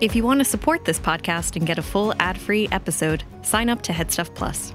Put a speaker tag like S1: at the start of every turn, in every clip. S1: If you want to support this podcast and get a full ad free episode, sign up to Headstuff Plus.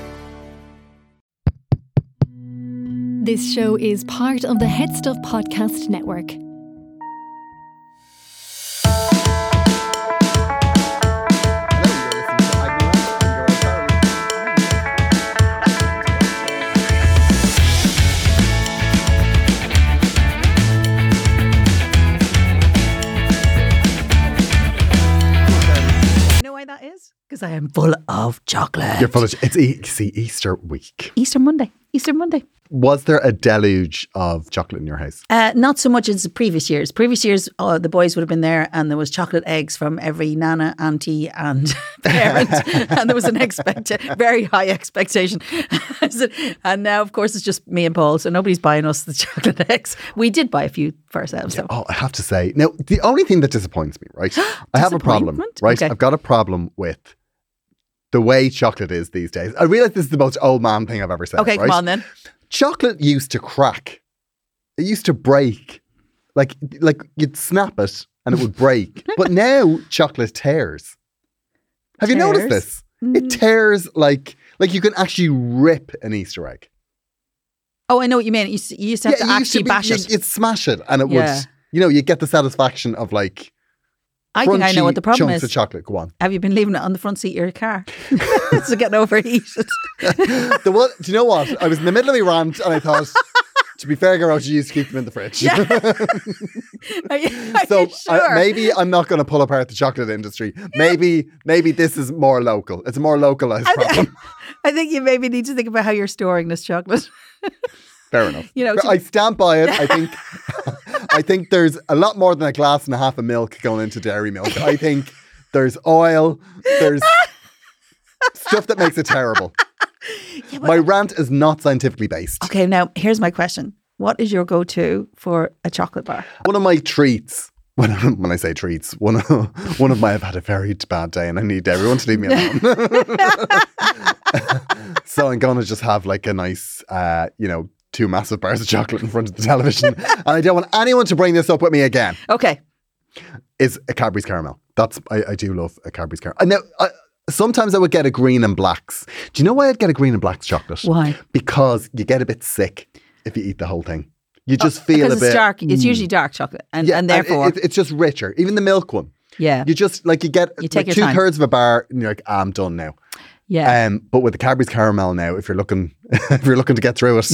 S2: This show is part of the Head Stuff Podcast Network.
S3: You know why that is? Because I am full of chocolate.
S4: You're full of it's e- see, Easter week.
S3: Easter Monday. Easter Monday.
S4: Was there a deluge of chocolate in your house?
S3: Uh, not so much as the previous years. Previous years, uh, the boys would have been there, and there was chocolate eggs from every nana, auntie, and parent, and there was an expect very high expectation. So- and now, of course, it's just me and Paul, so nobody's buying us the chocolate eggs. We did buy a few for ourselves. though.
S4: Oh, I have to say. Now, the only thing that disappoints me, right? I have a problem,
S3: Disappointment?
S4: right?
S3: Okay.
S4: I've got a problem with the way chocolate is these days. I realize this is the most old man thing I've ever said.
S3: okay,
S4: right?
S3: come on then.
S4: Chocolate used to crack. It used to break. Like like you'd snap it and it would break. but now chocolate tears. Have you noticed
S3: Tears? Mm.
S4: this? It tears like like you can actually rip an Easter egg.
S3: Oh, I know what you mean. You, s- you used to have to
S4: you used
S3: actually bash
S4: you-
S3: it.
S4: You'd smash it, and it
S3: Yeah.
S4: would. You know, you get the satisfaction of like.
S3: I think I
S4: crunchy
S3: know what the problem
S4: chunks
S3: is.
S4: of chocolate. Go on.
S3: Have you been leaving it on the front seat of your car? it's getting overheated.
S4: The one, do you know what? I was in the middle of my rant, and I thought, to be fair, Garage, you used to keep them in the fridge.
S3: Are you, are
S4: so uh,
S3: you sure?
S4: I, maybe I'm not going to pull apart the chocolate industry. Maybe maybe this is more local. It's a more localized problem.
S3: I think you maybe need to think about how you're storing this chocolate.
S4: fair enough.
S3: You know,
S4: But
S3: to-
S4: I stand by it. I think. I think there's a lot more than a glass and a half of milk going into dairy milk. I think there's oil. There's stuff that makes it terrible. My rant is not scientifically based.
S3: Okay, now here's my question. What is your go-to for a chocolate bar?
S4: One of my treats. When, when I say treats, one of, one of my I've had a very bad day and I need everyone to leave me alone. so I'm gonna just have like a nice, uh, you know, two massive bars of chocolate in front of the television, and I don't want anyone to bring this up with me again.
S3: Okay.
S4: Is a Cadbury's caramel. That's I, I do love a Cadbury's caramel. And Now I, sometimes I would get a green and blacks. Do you know why I'd get a green and blacks chocolate?
S3: Why?
S4: Because you get a bit sick if you eat the whole thing. You just feel
S3: Oh, because
S4: a
S3: it's
S4: bit. Mm.
S3: dark. It's usually dark chocolate. And, and
S4: it-
S3: therefore,
S4: it- it's just richer. Even the milk one.
S3: yeah.
S4: You just like you get
S3: You take
S4: like,
S3: your time.
S4: two thirds of a bar, and you're like, "Ah, I'm done now.
S3: yeah.
S4: Um, but with the Cadbury's caramel now, if you're looking, if you're looking to get through it,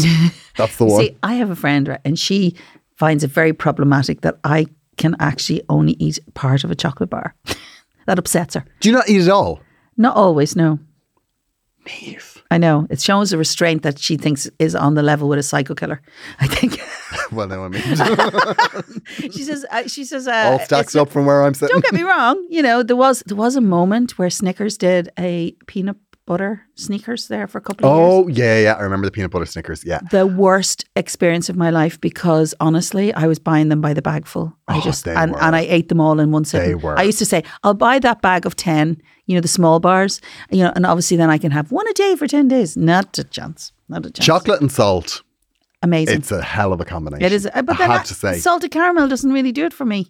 S4: that's the
S3: You
S4: one.
S3: See, I have a friend right, and she finds it very problematic that I can actually only eat part of a chocolate bar. that upsets her.
S4: Do you not eat it all?
S3: Not always, no. I know. It shows a restraint that she thinks is on the level with a psycho killer. I think
S4: Well, no, I mean,
S3: she says. Uh, she says. Uh,
S4: all
S3: it's-
S4: stacks up from where I'm sitting.
S3: Don't get me wrong. You know, there was there was a moment where Snickers did a peanut butter sneakers there for a couple of years.
S4: Oh yeah, yeah. I remember the peanut butter Snickers. Yeah,
S3: The worst experience of my life because honestly, I was buying them by the bagful. I
S4: Oh,
S3: just
S4: they
S3: and,
S4: were.
S3: and I ate them all in one sitting.
S4: They were.
S3: I used to say, I'll buy that bag of ten, you know, the small bars, you know, and obviously then I can have one a day for ten days. Not a chance. Not a chance.
S4: chocolate and salt.
S3: Amazing.
S4: It's a hell of a combination.
S3: it is, uh, but
S4: I
S3: then
S4: have
S3: I-
S4: to say,
S3: salted caramel doesn't really do it for me.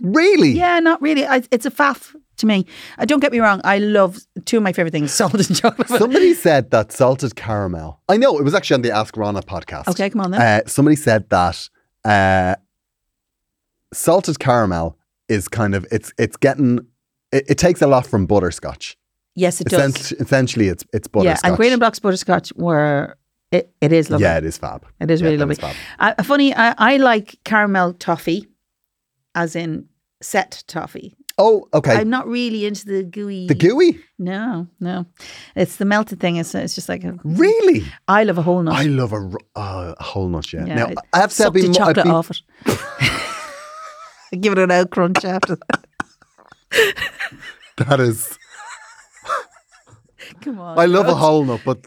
S4: really.
S3: Yeah, not really. I, it's a faff to me. Uh, don't get me wrong. I love two of my favorite things: salt and chocolate.
S4: Somebody said that salted caramel. I know it was actually on the Ask Rana podcast.
S3: Okay, come on then.
S4: Uh, somebody said that uh, salted caramel is kind of it's it's getting it, it takes a lot from butterscotch.
S3: Yes, it does.
S4: Essentially, essentially, it's it's
S3: Yeah,
S4: butterscotch.
S3: and Grain and Blocks butterscotch were it, it is lovely.
S4: Yeah, it is fab.
S3: It is
S4: Yeah,
S3: really
S4: that
S3: lovely.
S4: is fab.
S3: I, funny, I, I like caramel toffee, as in set toffee.
S4: Oh, okay.
S3: I'm not really into the gooey.
S4: the gooey,
S3: No, no, it's the melted thing. It's it's just like a,
S4: really?
S3: I love a whole nut.
S4: I love a, ru- uh, a whole nut. Yeah.
S3: Yeah,
S4: now
S3: it-
S4: I have to
S3: Suck
S4: be
S3: the
S4: more.
S3: chocolate off it. Give it an out crunch after that.
S4: That is.
S3: Come on.
S4: I love a whole nut, but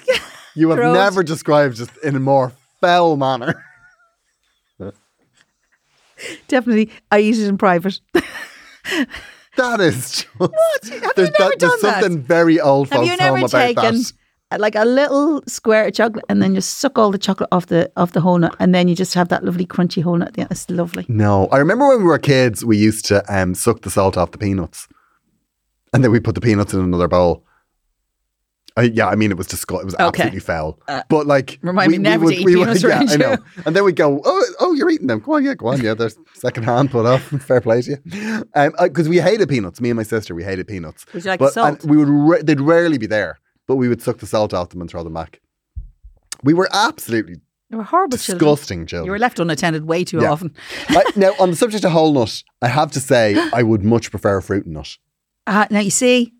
S4: you have
S3: Throat.
S4: never described it in a more foul manner.
S3: Definitely, I eat it in private.
S4: That is just. What?
S3: Have you never done
S4: there's
S3: that?
S4: something very old
S3: Have
S4: folks
S3: you
S4: home
S3: never
S4: about
S3: taken
S4: that.
S3: uh, like a little square of chocolate and then just suck all the chocolate off the off the whole nut and then you just have that lovely crunchy whole nut? Yeah, it's lovely.
S4: No, I remember when we were kids, we used to um, suck the salt off the peanuts, and then we put the peanuts in another bowl. I, yeah, I mean it was disgusting. It was absolutely foul. but like,
S3: Uh, remind me never to eat peanuts
S4: yeah,
S3: around
S4: I know.
S3: you.
S4: And then we go, oh, oh, you're eating them. Go on, yeah, go on, yeah. There's second hand put off. Fair play to you, because we hated peanuts. Me and my sister, we hated peanuts.
S3: Would you like
S4: but,
S3: salt?
S4: And we would ra- they'd rarely be there, but we would suck the salt off them and throw them back. We were absolutely
S3: They were horrible children.
S4: disgusting children.
S3: You were left unattended way too
S4: Yeah.
S3: often.
S4: I, now, on the subject of whole nut, I have to say I would much prefer a fruit nut.
S3: Uh, now you see,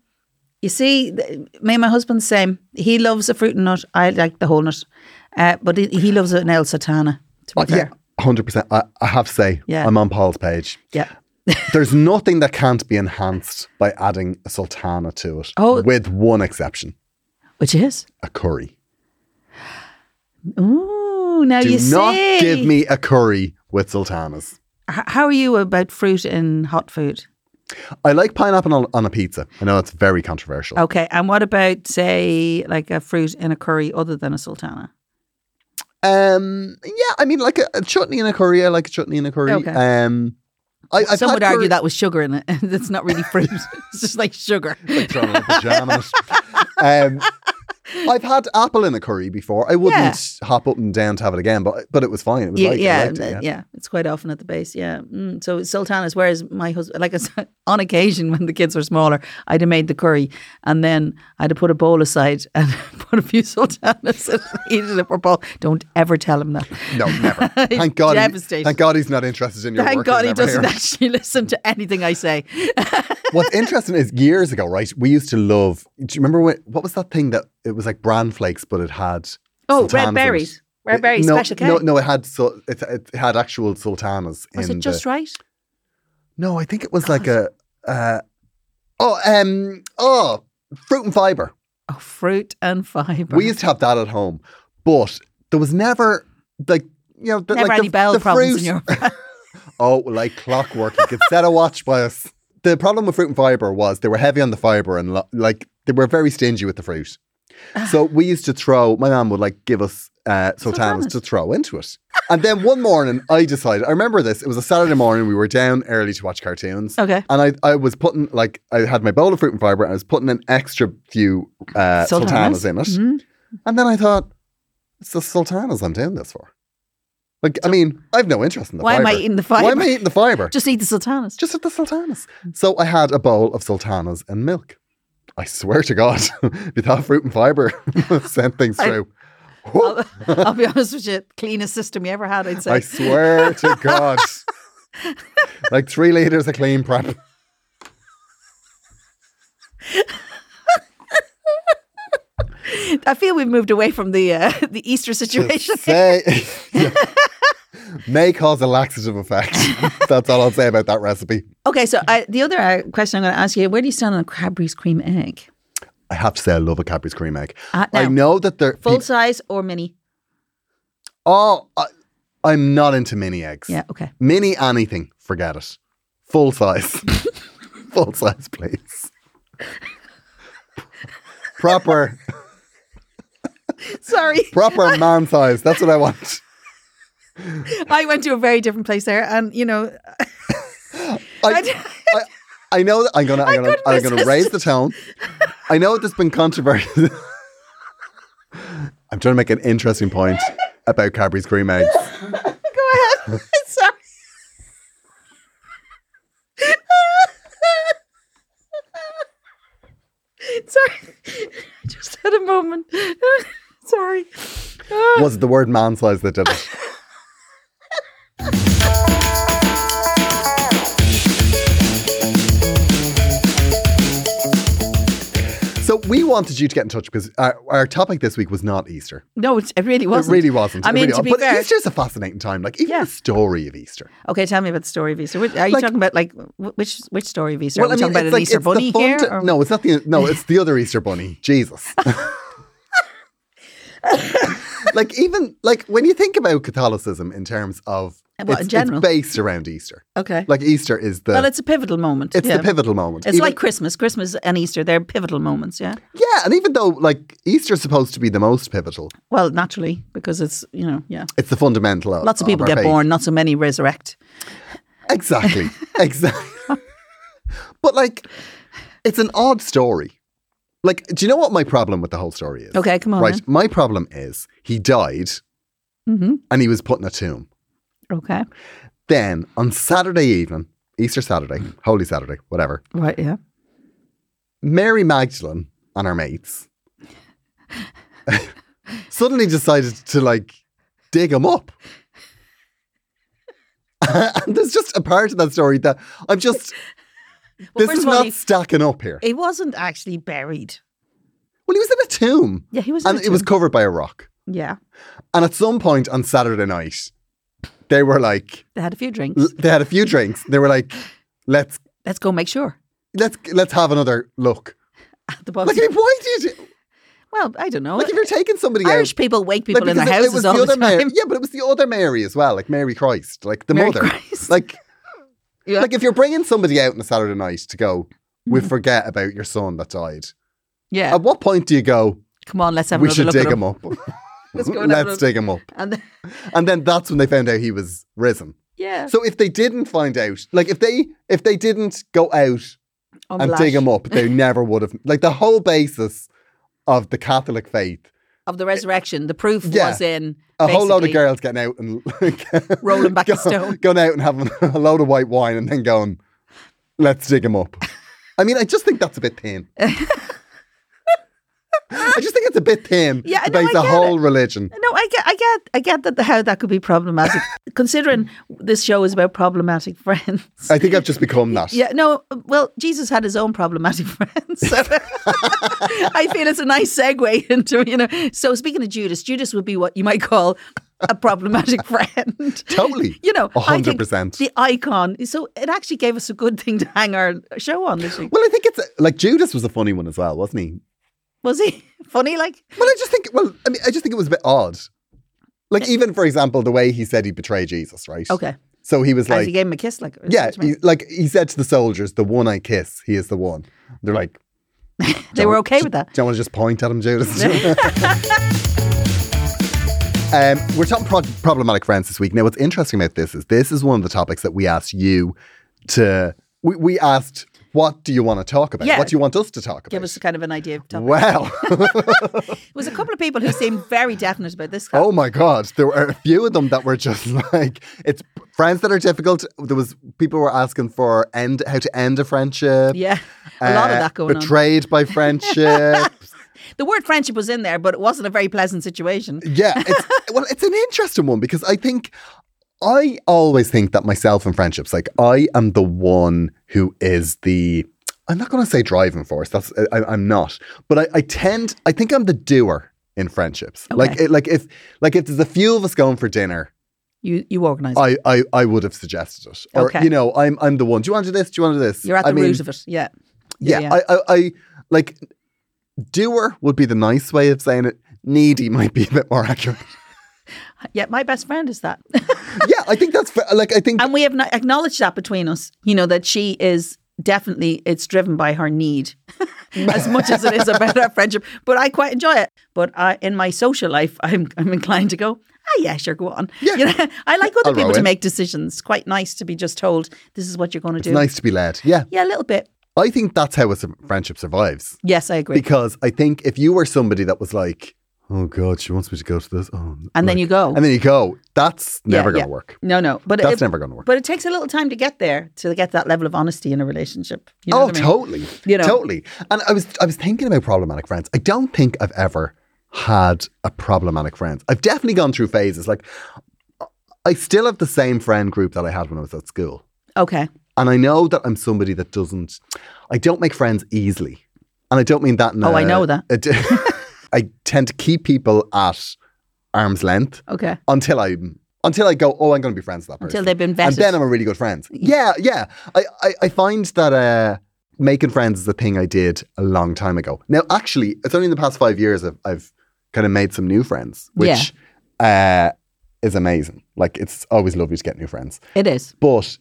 S3: you see, th- me and my husband the same. He loves a fruit and nut. I like the whole nut, uh, but he, he loves an El Satana. To be fair,
S4: hundred percent. I, I have to say,
S3: Yeah.
S4: I'm on Paul's page.
S3: yeah.
S4: There's nothing that can't be enhanced by adding a sultana to it,
S3: Oh.
S4: with one exception:
S3: Which is
S4: a curry.
S3: ooh. Now
S4: Do
S3: you
S4: not
S3: see,
S4: give me a curry with sultanas.
S3: H- how are you about fruit in hot food?
S4: I like pineapple on, on a pizza. I know it's very controversial.
S3: Okay, and what about say like a fruit in a curry other than a sultana?
S4: Um, yeah, I mean, like a, a chutney in a curry. I like a chutney in a curry.
S3: Okay.
S4: Um, I, I've
S3: Some
S4: had
S3: would argue
S4: curry-
S3: that was sugar in it, and it's not really fruit. it's just like sugar.
S4: like throwing a little jam on it. Um, I've had apple in a curry before. I wouldn't hop up and down to have it again, but but it was fine. It was
S3: Yeah,
S4: like,
S3: yeah,
S4: I liked it,
S3: th-
S4: yeah.
S3: yeah, It's quite often at the base. Yeah. Mm. So sultanas. Whereas my husband, like I said, on occasion when the kids were smaller, I'd have made the curry and then I'd have put a bowl aside and put a few sultanas and eaten it for a bowl. Don't ever tell him that.
S4: No, never. Thank God. He,
S3: Devastated.
S4: thank God he's not interested in your
S3: Thank
S4: work.
S3: God
S4: and
S3: he
S4: everything.
S3: doesn't actually listen to anything I say.
S4: What's interesting is years ago, right? We used to love. Do you remember when, what was that thing that it was like bran flakes, but it had
S3: Oh, red
S4: sultanas in it?
S3: berries. Red berries,
S4: no,
S3: special
S4: No,
S3: cake.
S4: no, it had so it, it had actual sultanas.
S3: Was
S4: in
S3: it just
S4: the,
S3: right?
S4: No, I think it was like a. Uh, oh, um, oh, fruit and fiber.
S3: Oh, fruit and fiber.
S4: We used to have that at home, but there was never like you know the,
S3: never
S4: like
S3: any
S4: the,
S3: bell
S4: the
S3: problems
S4: fruit.
S3: in your
S4: oh, like clockwork. You could set a watch by us. The problem with fruit and fibre was they were heavy on the fibre and lo- like they were very stingy with the fruit.
S3: Ah.
S4: So we used to throw. My mum would like give us uh, sultanas to throw into it. And then one morning, I decided. I remember this. It was a Saturday morning. We were down early to watch cartoons.
S3: Okay.
S4: And I, I was putting like I had my bowl of fruit and fibre, and I was putting an extra few uh, sultanas.
S3: Sultanas. Mm-hmm.
S4: in it. And then I thought, it's the sultanas I'm doing this for. Like, I mean, I've no interest in the
S3: Why am
S4: fiber.
S3: I eating the
S4: Why am I
S3: fibre?
S4: eating the fiber?
S3: Just eat the sultanas.
S4: Just at the sultanas. So I had a bowl of sultanas and milk. I swear to God, if that fruit and fiber sent things through. Whoop,
S3: I'll be honest with you, cleanest system you ever had, I'd say.
S4: I swear to God. like three litres of clean prep.
S3: I feel we've moved away from the uh, the Easter situation.
S4: Say, may cause a laxative effect. That's all I'll say about that recipe.
S3: Okay, so I, the other uh, question I'm going to ask you: Where do you stand on Cadbury's cream egg?
S4: I have to say, I love a Cadbury's cream egg.
S3: Uh,
S4: I
S3: now,
S4: know that they're
S3: Full size or mini?
S4: Oh, I, I'm not into mini eggs.
S3: Yeah. Okay.
S4: Mini anything, forget it. Full size. Full size, please. proper,
S3: Sorry,
S4: proper man size. That's what I want.
S3: I went to a very different place there, and you know,
S4: I, I, I know that I'm gonna, I'm gonna, I'm gonna raise the tone. I know there's been controversy. I'm trying to make an interesting point about Cadbury's cream eggs.
S3: go ahead. Sorry. Sorry. I just had a moment. Sorry.
S4: Was it the word man size that did it? So we wanted you to get in touch because our, our topic this week was not Easter.
S3: No, it's, it really wasn't.
S4: It really wasn't.
S3: I
S4: It
S3: mean,
S4: really
S3: to be
S4: but
S3: fair.
S4: Easter's a fascinating time. Like even
S3: Yeah.
S4: the story of Easter.
S3: Okay, tell me about the story of Easter. Which, are you
S4: Like-
S3: talking about like wh- which which story of Easter? are we
S4: I mean,
S3: talking about
S4: it's
S3: an
S4: like-
S3: Easter
S4: it's the
S3: bunny
S4: fun
S3: here?
S4: to-
S3: or-
S4: no, it's not the no, it's the other Easter bunny. Jesus. like even like when you think about Catholicism in terms of
S3: Well,
S4: it's,
S3: in general.
S4: it's based around Easter.
S3: Okay.
S4: Like Easter is the
S3: well, it's a pivotal moment.
S4: it's
S3: yeah.
S4: the pivotal moment.
S3: It's
S4: Even-
S3: like Christmas. Christmas and Easter, they're pivotal moments, yeah?
S4: yeah, and even though like Easter's supposed to be the most pivotal,
S3: Well, naturally, because it's, you know, yeah.
S4: it's the fundamental. Of,
S3: Lots of people
S4: our
S3: get
S4: faith.
S3: born, not so many resurrect.
S4: Exactly, exactly. but like, it's an odd story. Like, do you know what my problem with the whole story is?
S3: Okay, come on.
S4: right. My problem is he died
S3: Mm-hmm.
S4: and he was put in a tomb.
S3: then. Okay.
S4: Then on Saturday evening, Easter Saturday, Holy Saturday, whatever,
S3: Right, yeah.
S4: Mary Magdalene and her mates suddenly decided to like dig him up. and there's just a part of that story that I'm just. this
S3: first
S4: is
S3: of all,
S4: not
S3: he-
S4: stacking up here.
S3: He wasn't actually buried.
S4: Well, he was in a tomb.
S3: Yeah, he was in
S4: And
S3: a
S4: it was
S3: tomb.
S4: covered by a rock.
S3: Yeah.
S4: And at some point on Saturday night, they were like,
S3: They had a few drinks.
S4: l- they had a few drinks. They were like, let's
S3: Let's go make sure.
S4: let's let's have another look.
S3: At the bottom.
S4: Like, I mean, why did you,
S3: well, I don't know. Uh,
S4: like if you're taking somebody
S3: Irish
S4: out?
S3: people wake people
S4: like,
S3: in their
S4: because it- it
S3: houses
S4: was
S3: all the,
S4: other Mary,
S3: time.
S4: yeah, but it was the other Mary as well, like Mary Christ, like the
S3: Mary
S4: mother.
S3: Christ.
S4: Like,
S3: Yeah. Mm.
S4: like if you're bringing somebody out on a Saturday night to go, we forget about your son that died.
S3: yeah.
S4: At what point do you go?
S3: Come on, let's have
S4: uh, we
S3: another
S4: should
S3: look
S4: dig
S3: at him.
S4: him up.
S3: Let's
S4: let's
S3: go and have a look.
S4: dig him up.
S3: And then,
S4: And then that's when they found out he was risen.
S3: yeah.
S4: So if they didn't find out, like if they if they didn't go out
S3: On
S4: and
S3: the
S4: dig
S3: lash
S4: him up. They never would have. Like the whole basis of the Catholic faith,
S3: Of the resurrection. The proof
S4: Yeah.
S3: was in
S4: a whole load of
S3: basically-
S4: girls getting out and like,
S3: Rolling back a stone.
S4: going out and having a load of white wine, and then going, "Let's dig him up." I mean, I just think that's a bit thin. I just think it's a bit thin.
S3: Yeah, I
S4: to
S3: know,
S4: base
S3: I
S4: a
S3: get
S4: whole religion.
S3: No, I get, I get, I get that how that could be problematic, considering this show is about problematic friends.
S4: I think I've just become that.
S3: Yeah, no, well, Jesus had his own problematic friends. So I feel it's a nice segue into, you know. So speaking of Judas, Judas would be what you might call a problematic friend.
S4: Totally.
S3: You know,
S4: A
S3: I think
S4: 100%.
S3: The icon. So it actually gave us a good thing to hang our show on this week.
S4: Well, I think it's like Judas was a funny one as well, wasn't he?
S3: Was he funny? Like,
S4: Well, I just think. Well, I mean, I just think it was a bit odd. Like even for example, the way he said he betrayed Jesus, right?
S3: okay.
S4: So he was
S3: As
S4: like,
S3: he gave him a kiss, like is
S4: yeah,
S3: that what you
S4: he,
S3: mean?
S4: like he said to the soldiers, "The one I kiss, he is the one." They're like, "Oh,
S3: they were okay with that.
S4: "Do you want to just point at him, Judas?" um, we're talking pro- problematic friends this week. Now, what's interesting about this is this is one of the topics that we asked you to. We, we asked, "What do you want to talk about?
S3: Yeah.
S4: What do you want us to talk about?"
S3: Give us kind of an idea of topic.
S4: Wow.
S3: There was a couple of people who seemed very definite about this.
S4: Oh my God. There were a few of them that were just like, it's friends that are difficult. There was people were asking for end how to end a friendship.
S3: yeah, a lot of
S4: uh,
S3: that going on.
S4: Betrayed by friendship.
S3: The word friendship was in there, but it wasn't a very pleasant situation.
S4: yeah. It's, well, it's an interesting one because I think I always think that myself in friendships, like I am the one who is the. I'm not going to say driving force. That's I, I'm not, but I, I tend. I think I'm the doer in friendships. Like, it, like if like if there's a few of us going for dinner,
S3: You you organised. it.
S4: I, I, I would have suggested it. Or,
S3: Okay.
S4: you know, I'm, I'm the one. Do you want to do this? Do you want to do this?
S3: You're at the
S4: I mean,
S3: root of it. Yeah.
S4: Yeah.
S3: yeah.
S4: I, I, I, like, doer would be the nice way of saying it. Needy might be a bit more accurate.
S3: Yeah, my best friend is that,
S4: yeah, I think that's, fa- like, I think,
S3: and we have not acknowledged that between us. You know that she is definitely it's driven by her need, as much as it is about our friendship. But I quite enjoy it. But I, in my social life, I'm I'm inclined to go. Ah, yeah, sure, go on.
S4: Yeah.
S3: You know, I like other
S4: I'll row
S3: people to
S4: in.
S3: make decisions. Quite nice to be just told this is what you're going to do.
S4: it's nice to be led. Yeah.
S3: Yeah, a little bit.
S4: I think that's how a s- friendship survives.
S3: Yes, I agree.
S4: Because I think if you were somebody that was like, oh God, she wants me to go to this. Oh,
S3: And then
S4: like-
S3: you go.
S4: and then you go. That's
S3: Yeah,
S4: never
S3: yeah.
S4: gonna work.
S3: No, no. But
S4: That's
S3: it,
S4: never gonna work.
S3: But it takes a little time to get there to get that level of honesty in a relationship. You know
S4: oh,
S3: what I mean?
S4: totally.
S3: You know.
S4: totally. And I was I was thinking about problematic friends. I don't think I've ever had a problematic friend. I've definitely gone through phases. Like I still have the same friend group that I had when I was at school.
S3: Okay.
S4: And I know that I'm somebody that doesn't, I don't make friends easily. And I don't mean that in
S3: Oh,
S4: I
S3: I know that.
S4: I tend to keep people at arm's length
S3: Okay.
S4: until I until I go, oh, I'm going to be friends with that person.
S3: Until they've been Mm.
S4: and
S3: vetted.
S4: then I'm a really good friend. Yeah, yeah. I, I, I find that uh, making friends is a thing I did a long time ago. Now, actually, it's only in the past five years I've, I've kind of made some new friends, which uh, is amazing. Like, it's always lovely to get new friends.
S3: it is.
S4: But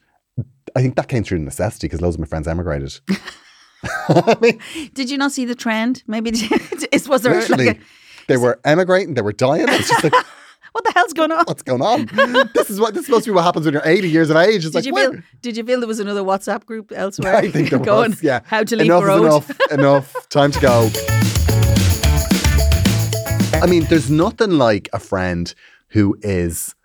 S4: I think that came through necessity because loads of my friends emigrated. I mean,
S3: Did you not see the trend? Maybe it was there.
S4: literally,
S3: Like a,
S4: they were emigrating, they were dying. It's just like,
S3: what the hell's going on?
S4: what's going on? This is what this is supposed to be what happens when you're 80 years of age. It's
S3: Did
S4: like,
S3: you
S4: what?
S3: feel? Did you feel there was another WhatsApp group elsewhere?
S4: I think there
S3: going,
S4: was, yeah.
S3: How to leave
S4: enough
S3: the road?
S4: Is enough, enough. Time to go. I mean, there's nothing like a friend who is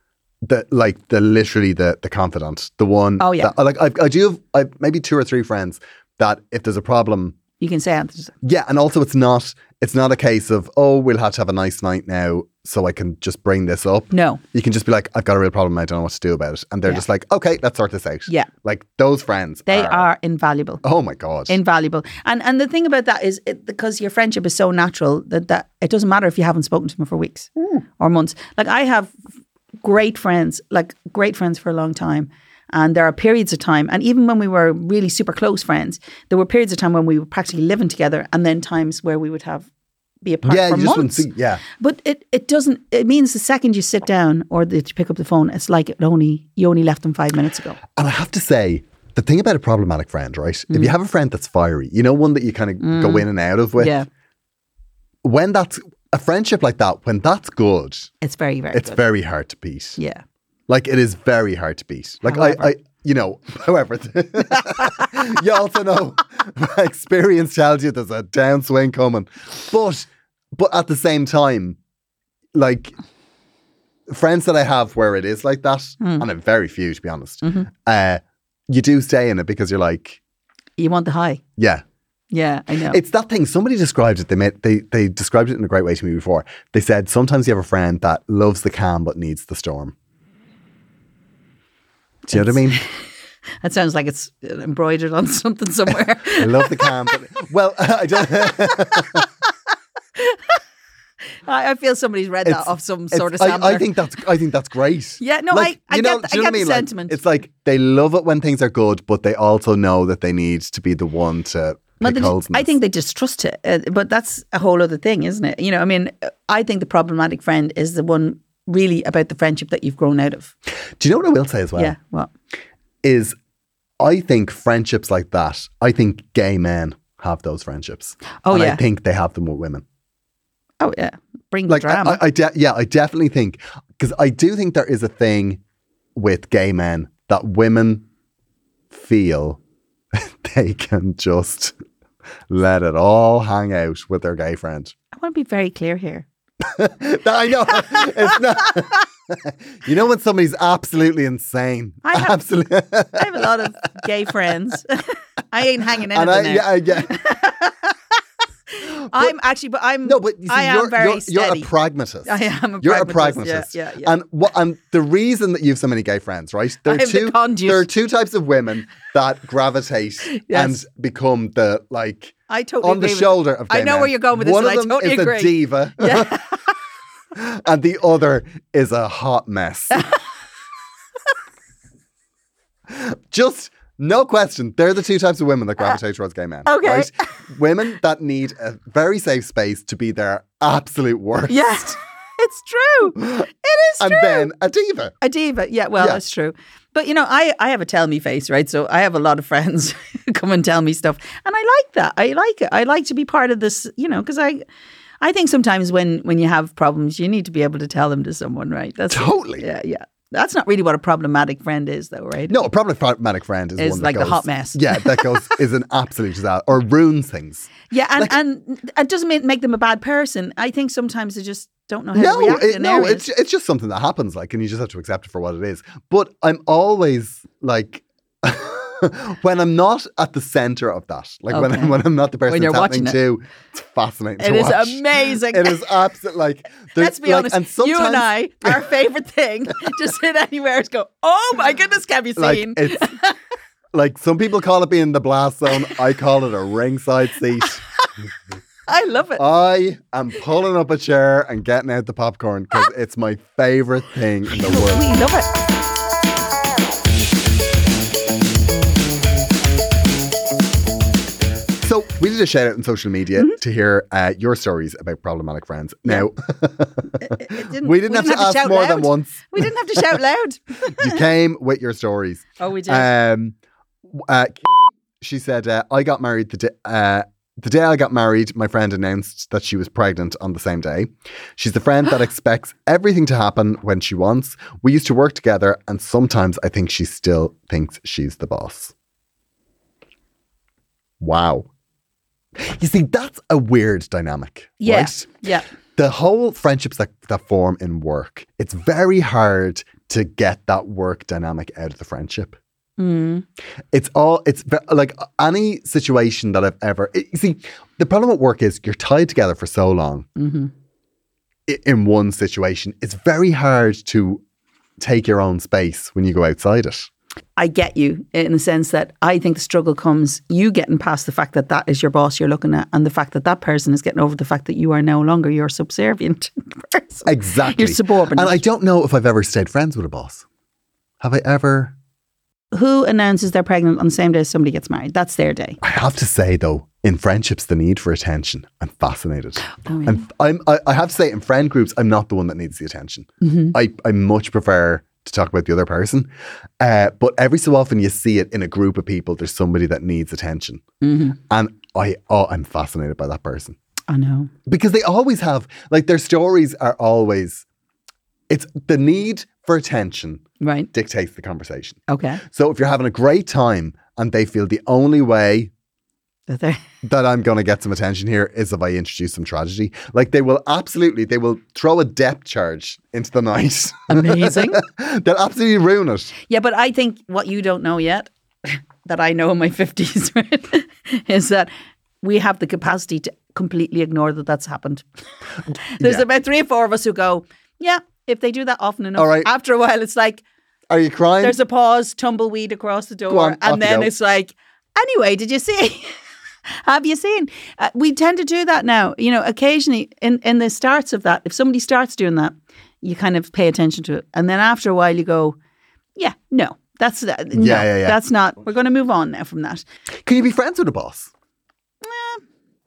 S4: the like the literally the the confidant, the one.
S3: Oh, yeah.
S4: that- like I, I do have I, maybe two or three friends that if there's a problem,
S3: You can say it.
S4: Yeah, and also it's not it's not a case of oh we'll have to have a nice night now so I can just bring this up.
S3: No.
S4: You can just be like I've got a real problem I don't know what to do about it, and they're
S3: Yeah.
S4: just like okay let's sort this out.
S3: Yeah.
S4: like those friends
S3: They are invaluable.
S4: oh my god
S3: Invaluable. And and the thing about that is it, because your friendship is so natural that, that it doesn't matter if you haven't spoken to them for weeks
S4: Hmm.
S3: or months. Like I have great friends, like great friends for a long time. And there are periods of time, and even when we were really super close friends, there were periods of time when we were practically living together, and then times where we would have be apart
S4: yeah
S3: for
S4: you just wouldn't
S3: months.
S4: see yeah
S3: But it, it doesn't. It means the second you sit down or that you pick up the phone, it's like it only you only left them five minutes ago.
S4: And I have to say, the thing about a problematic friend, right?
S3: Mm.
S4: If you have a friend that's fiery, you know, one that you kind of go in and out of with,
S3: yeah,
S4: when that's a friendship like that, when that's good,
S3: it's very very.
S4: it's
S3: good.
S4: very hard to beat.
S3: yeah.
S4: Like, it is very hard to beat. Like, I, I, you know, however, you also know my experience tells you there's a downswing coming. But, but at the same time, like, friends that I have where it is like that, and I'm very few to be honest, uh, you do stay in it because you're like,
S3: You want the high.
S4: yeah.
S3: Yeah, I know.
S4: It's that thing. Somebody described it. They made, they they described it in a great way to me before. They said sometimes you have a friend that loves the calm but needs the storm. Do you know what I mean?
S3: that sounds like it's embroidered on something somewhere.
S4: I love the calm. But, well, I don't.
S3: I, I feel somebody's read that
S4: It's-
S3: off some
S4: it's-
S3: sort of
S4: I,
S3: sampler.
S4: I think that's I think that's great.
S3: Yeah, no, I- I
S4: you know- do you
S3: get the- I
S4: know
S3: get the
S4: what I mean? Like,
S3: sentiment.
S4: it's like they love it when things are good, but they also know that they need to be the one to.
S3: Well,
S4: pick
S3: they
S4: holes
S3: just,
S4: in
S3: I
S4: this.
S3: think they just trust it, uh, but that's a whole other thing, isn't it? You know, I mean, I think the problematic friend is the one really about the friendship that you've grown out of.
S4: Do you know what I will say as well?
S3: yeah, well,
S4: Is I think friendships like that. I think gay men have those friendships.
S3: Oh,
S4: and I
S3: yeah.
S4: think they have them with women.
S3: oh yeah, bring the
S4: like I-
S3: drama.
S4: I, I de- yeah, I definitely think because I do think there is a thing with gay men that women feel they can just let it all hang out with their gay friend.
S3: I want to be very clear here.
S4: That- I know it's not. you know when somebody's absolutely insane,
S3: I have-
S4: absolutely,
S3: I have a lot of gay friends. I ain't hanging out
S4: and I
S3: there.
S4: yeah, I- yeah.
S3: I'm actually, but I'm
S4: No, but you see,
S3: I am
S4: you're,
S3: very
S4: you're, you're
S3: steady.
S4: a pragmatist.
S3: I am a
S4: you're
S3: pragmatist,
S4: a
S3: yeah,
S4: pragmatist.
S3: yeah, yeah.
S4: And what? And the reason that you have so many gay friends, right? There
S3: I am the
S4: two.
S3: conduit.
S4: there are two types of women that gravitate
S3: Yes.
S4: and become the like
S3: I totally
S4: on the
S3: agree with-
S4: shoulder of. Gay
S3: I know
S4: men.
S3: where you're going with this,
S4: One of
S3: and I
S4: them
S3: totally
S4: is
S3: agree.
S4: a diva, and the other is a hot mess. Just. No question. They're the two types of women that gravitate towards gay men.
S3: okay.
S4: Right? women that need a very safe space to be their absolute worst.
S3: Yes, it's true. It is
S4: and
S3: true.
S4: then a diva.
S3: a diva. Yeah, well,
S4: Yeah.
S3: that's true. But you know, I, I have a tell me face, right? So I have a lot of friends who come and tell me stuff, and I like that. I like it. I like to be part of this, you know, because I, I think sometimes when when you have problems, you need to be able to tell them to someone, right? That's
S4: Totally.
S3: Yeah, yeah. That's not really what a problematic friend is, though, right?
S4: No, a problematic friend is,
S3: Is
S4: one that
S3: like the
S4: goes-
S3: hot mess.
S4: Yeah, that goes is an absolute disaster or ruins things.
S3: Yeah, and and it doesn't make, make them a bad person. I think sometimes they just don't know how to
S4: No,
S3: react.
S4: it,
S3: in
S4: no,
S3: areas.
S4: it's it's just something that happens, like, and you just have to accept it for what it is. But I'm always like. when I'm not at the center of that, like when
S3: Okay.
S4: I'm, when I'm not the person
S3: When you're
S4: it's happening
S3: watching
S4: to, it's fascinating.
S3: It
S4: to
S3: is
S4: watch.
S3: amazing.
S4: It is absolute. Like there's-
S3: Let's be
S4: like,
S3: honest. you and I, our favorite thing, just sit anywhere and go, "Oh my goodness, can be
S4: like
S3: seen."
S4: it's like some people call it being in the blast zone. I call it a ringside seat.
S3: I love it.
S4: oh, I am pulling up a chair and getting out the popcorn because it's my favorite thing in the world.
S3: we love it.
S4: So we did a shout out on social media to hear uh, your stories about problematic friends. Now
S3: It
S4: we didn't, have, to ask
S3: shout
S4: more than
S3: loud.
S4: once.
S3: We didn't have to shout loud.
S4: You came with your stories.
S3: Oh, we did.
S4: Um, uh, she said, uh, "I got married the day." Uh, the day I got married, my friend announced that she was pregnant on the same day. She's the friend that expects everything to happen when she wants. We used to work together, and sometimes I think she still thinks she's the boss. Wow. You see, that's a weird dynamic.
S3: yeah,
S4: Right?
S3: yeah.
S4: the whole friendships that, that form in work, it's very hard to get that work dynamic out of the friendship.
S3: Mm.
S4: It's all, it's ve- like any situation that I've ever, it- you see, the problem at work is you're tied together for so long
S3: hmm
S4: i- in one situation. It's very hard to take your own space when you go outside it.
S3: I get you in the sense that I think the struggle comes you getting past the fact that that is your boss you're looking at, and the fact that that person is getting over the fact that you are no longer your subservient person.
S4: Exactly.
S3: You're subordinate.
S4: And I don't know if I've ever stayed friends with a boss. Have I ever?
S3: Who announces they're pregnant on the same day as somebody gets married? That's their day.
S4: I have to say though, in friendships, the need for attention, I'm fascinated. I'm, I'm, I I have to say, in friend groups, I'm not the one that needs the attention. I, I much prefer to talk about the other person. Uh, but every so often, you see it in a group of people. There's somebody that needs attention, and I, oh, I'm fascinated by that person
S3: I know.
S4: because they always have like their stories are always. It's the need for attention
S3: Right.
S4: dictates the conversation.
S3: Okay.
S4: So if you're having a great time and they feel the only way
S3: That they're-
S4: that I'm going to get some attention here is if I introduce some tragedy. Like they will absolutely, they will throw a depth charge into the night.
S3: Amazing.
S4: They'll absolutely ruin it.
S3: yeah, but I think what you don't know yet, that I know in my 50s, right, is that we have the capacity to completely ignore that that's happened. There's
S4: Yeah.
S3: about three or four of us who go, yeah, if they do that often enough,
S4: All right.
S3: after a while, it's like
S4: Are you crying?
S3: there's a pause, tumbleweed across the door,
S4: on, off you
S3: and then
S4: go.
S3: it's like, anyway, did you see? Have you seen? Uh, we tend to do that now. You know, occasionally in, in the starts of that, if somebody starts doing that, you kind of pay attention to it. And then after a while, you go, yeah, no, that's, uh, no,
S4: Yeah, yeah, yeah.
S3: that's not, we're going to move on now from that.
S4: Can you be friends with a boss?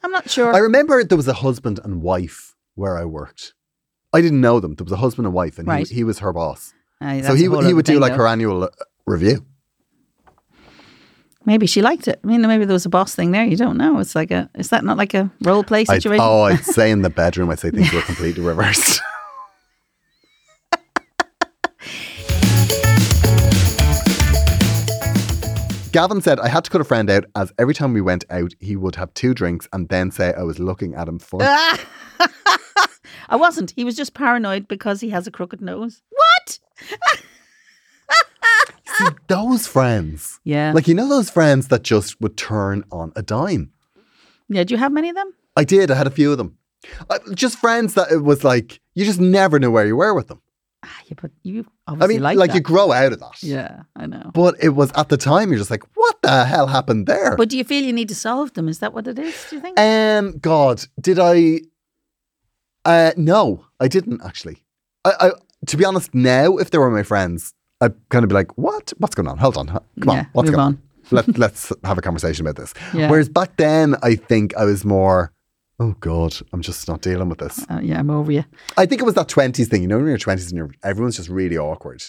S3: I'm not sure.
S4: I remember there was a husband and wife where I worked. I didn't know them. There was a husband and wife, and
S3: Right.
S4: he, he was her boss.
S3: Aye,
S4: so
S3: that's
S4: he,
S3: a whole
S4: would- he
S3: other
S4: would do
S3: thing,
S4: like
S3: though.
S4: her annual uh, review.
S3: Maybe she liked it. I mean, maybe there was a boss thing there. You don't know. It's like a, is that not like a role play
S4: I'd,
S3: situation?
S4: oh, I'd say in the bedroom, I'd say things were completely reversed. Gavin said, I had to cut a friend out as every time we went out, he would have two drinks and then say I was looking at him funny.
S3: Ah! I wasn't. He was just paranoid because he has a crooked nose.
S4: See, those friends.
S3: Yeah.
S4: Like, you know, those friends that just would turn on a dime.
S3: Yeah, do you have many of them?
S4: I did. I had a few of them. Uh, just friends that it was like, you just never knew where you were with them.
S3: Ah, you put you
S4: I
S3: obviously
S4: mean,
S3: like,
S4: like,
S3: that.
S4: you grow out of that.
S3: yeah, I know. But,
S4: But it was at the time, you're just like, what the hell happened there?
S3: do you feel you need to solve them? Is that what it is? Do you think?
S4: Um, God, did I? Uh, no, I didn't actually. I, I, to be honest, now if they were my friends, I'd kind of be like, "What? What's going on? Hold on, huh? come
S3: Yeah,
S4: on, what's
S3: move
S4: going
S3: on."
S4: on? Let Let's have a conversation about this."
S3: Yeah.
S4: Whereas back then, I think I was more. Oh God, I'm just not dealing with this.
S3: Uh, yeah, I'm over you.
S4: I think it was that twenties thing. You know, when you're twenties and you're, everyone's just really awkward.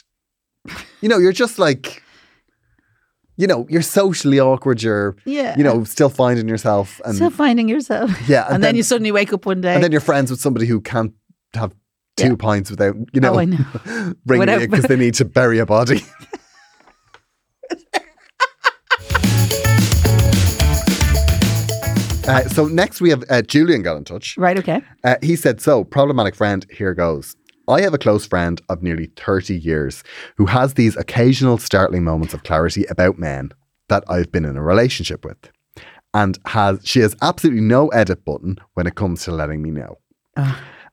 S4: You know, you're just like, you know, you're socially awkward. You're,
S3: Yeah.
S4: you know, still finding yourself. And
S3: Still finding yourself.
S4: yeah,
S3: And, then, you suddenly wake up one day.
S4: and then you're friends with somebody who can't have two pints without, you know,
S3: Oh, I know.
S4: bringing
S3: Without-
S4: it because they need to bury a body. Uh, so next we have uh, Julian got in touch.
S3: Right, okay.
S4: Uh, he said, So, problematic friend, here goes. I have a close friend of nearly 30 years who has these occasional startling moments of clarity about men that I've been in a relationship with. And has she has absolutely no edit button when it comes to letting me know.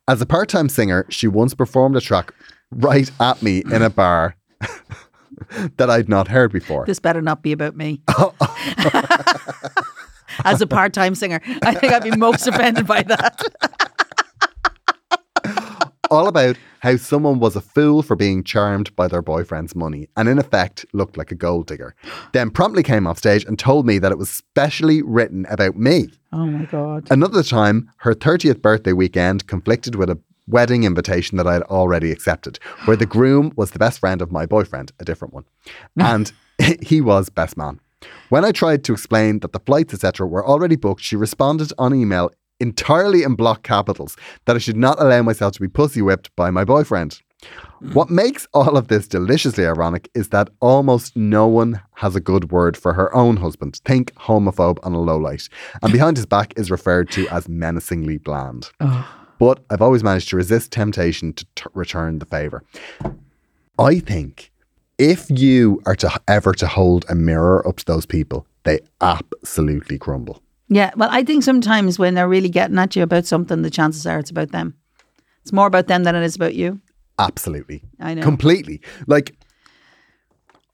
S4: As a part time singer, she once performed a track right at me in a bar that I'd not heard before.
S3: This better not be about me. As a part time singer, I think I'd be most offended by that.
S4: all about how someone was a fool for being charmed by their boyfriend's money and in effect looked like a gold digger. Then promptly came off stage and told me that it was specially written about me.
S3: Oh my God.
S4: Another time, her 30th birthday weekend conflicted with a wedding invitation that I had already accepted, where the groom was the best friend of my boyfriend, a different one, and he was best man. When I tried to explain that the flights, etc., were already booked, she responded on email entirely in block capitals that I should not allow myself to be pussy whipped by my boyfriend. What makes all of this deliciously ironic is that almost no one has a good word for her own husband. Think homophobe on a low light. And behind his back is referred to as menacingly bland. But I've always managed to resist temptation to t- return the favor. I think if you are to ever to hold a mirror up to those people, they absolutely crumble.
S3: Yeah, well, I think sometimes when they're really getting at you about something, the chances are it's about them. It's more about them than it is about you.
S4: Absolutely.
S3: I know.
S4: Completely. Like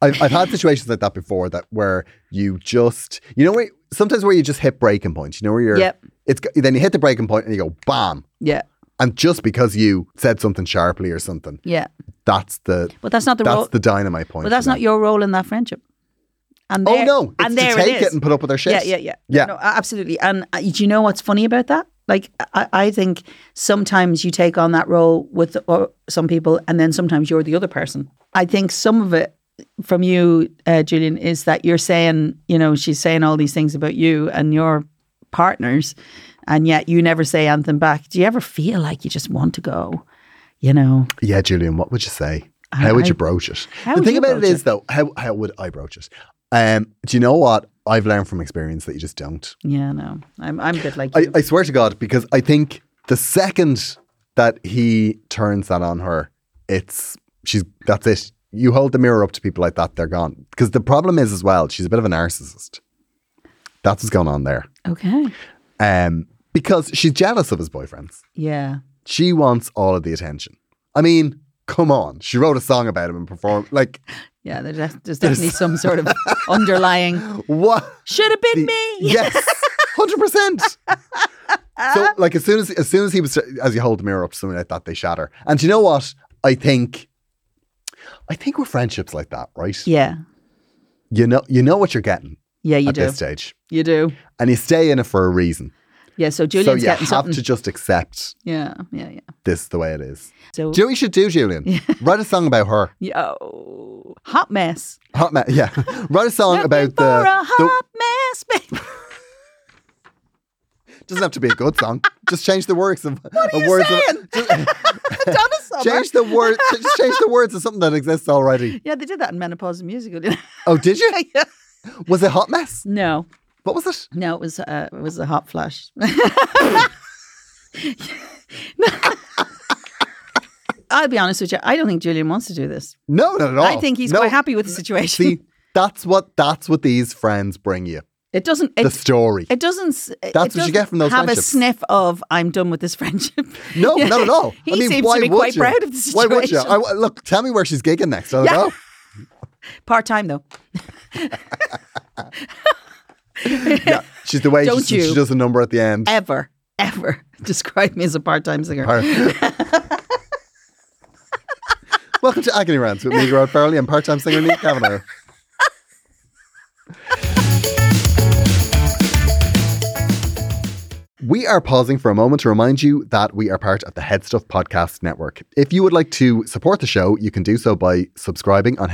S4: I've, I've had situations like that before that where you just you know where sometimes where you just hit breaking points, you know where you're
S3: Yep.
S4: it's go- then you hit the breaking point and you go bam.
S3: yeah,
S4: And just because you said something sharply or something,
S3: yeah.
S4: that's the
S3: But that's not the
S4: that's
S3: role.
S4: the dynamite point.
S3: but that's
S4: for
S3: not
S4: them.
S3: your role in that friendship. And
S4: Oh
S3: there-
S4: no, it's
S3: and
S4: to
S3: there
S4: take
S3: it, is.
S4: it and put up with their shit.
S3: Yeah, yeah, yeah.
S4: Yeah.
S3: No, a- absolutely. And uh, do you know what's funny about that? Like, I, I think sometimes you take on that role with uh, some people, and then sometimes you're the other person. I think some of it from you, uh, Julian, is that you're saying, you know, she's saying all these things about you and your partners, and yet you never say anything back. Do you ever feel like you just want to go, you know?
S4: Yeah, Julian, what would you say? How would you broach it?
S3: How
S4: the
S3: would
S4: thing
S3: you
S4: about it
S3: broach
S4: is, though, how, how would I broach it? Um, do you know what? I've learned from experience that you just don't.
S3: Yeah, no, I'm, I'm a bit like
S4: I,
S3: you.
S4: I swear to God, because I think the second that he turns that on her, it's she's that's it. You hold the mirror up to people like that, they're gone. Because the problem is as well, she's a bit of a narcissist. That's what's going on there.
S3: okay.
S4: Um, because she's jealous of his boyfriends.
S3: Yeah.
S4: She wants all of the attention. I mean, come on. She wrote a song about him and performed like
S3: Yeah, there's, def- there's definitely some sort of underlying.
S4: what
S3: Should have been
S4: the- Yes, hundred percent. So, like, as soon as as soon as he was as you hold the mirror up to something like that, they shatter. And do you know what? I think, I think we're friendships like that, right?
S3: Yeah,
S4: You know, you know what you're getting
S3: yeah, you
S4: at
S3: do.
S4: this stage,
S3: You do.
S4: and you stay in it for a reason.
S3: Yeah. So Julian's
S4: so you
S3: getting
S4: have
S3: something.
S4: to just accept
S3: yeah, yeah, yeah.
S4: this the way it is.
S3: So
S4: Do you know what you should do, Julian? Write a song about her.
S3: yeah, oh, hot mess.
S4: Hot ma- yeah. Write a song
S3: Looking
S4: about
S3: for
S4: the.
S3: a
S4: the
S3: hot mess, baby.
S4: doesn't have to be a good song. Just change the words of. What are words Of, just-
S3: Donna Summer.
S4: change the words. Just change the words of something that exists already.
S3: Yeah, they did that in Menopause the Musical. didn't
S4: Oh, did you?
S3: they? Yeah.
S4: Was it hot mess?
S3: No,
S4: What was it?
S3: no, it was uh, it was a hot flash. I'll be honest with you. I don't think Julian wants to do this.
S4: No, not at all.
S3: I think he's
S4: Oh, No.
S3: quite happy with the situation.
S4: See, that's what that's what these friends bring you.
S3: it doesn't.
S4: The
S3: It,
S4: story.
S3: It doesn't. s- it
S4: That's what you
S3: doesn't
S4: get from those
S3: Have
S4: friendships.
S3: a sniff of I'm done with this friendship.
S4: no,
S3: Yeah.
S4: not at all.
S3: He
S4: I mean,
S3: seems
S4: why
S3: to be
S4: would
S3: quite
S4: you?
S3: proud of the
S4: Why would you?
S3: situation.
S4: I, look, tell me where she's gigging next. I'll go.
S3: Part time though.
S4: Yeah, she's the way she,
S3: Don't
S4: she
S3: you.
S4: does a number at the end.
S3: Ever, ever describe me as a part time singer.
S4: Welcome to Agony Rants with me, Gerard Farrelly, and part-time singer Nick Kavanagh. We are pausing for a moment to remind you that we are part of the Headstuff Podcast Network. If you would like to support the show, you can do so by subscribing on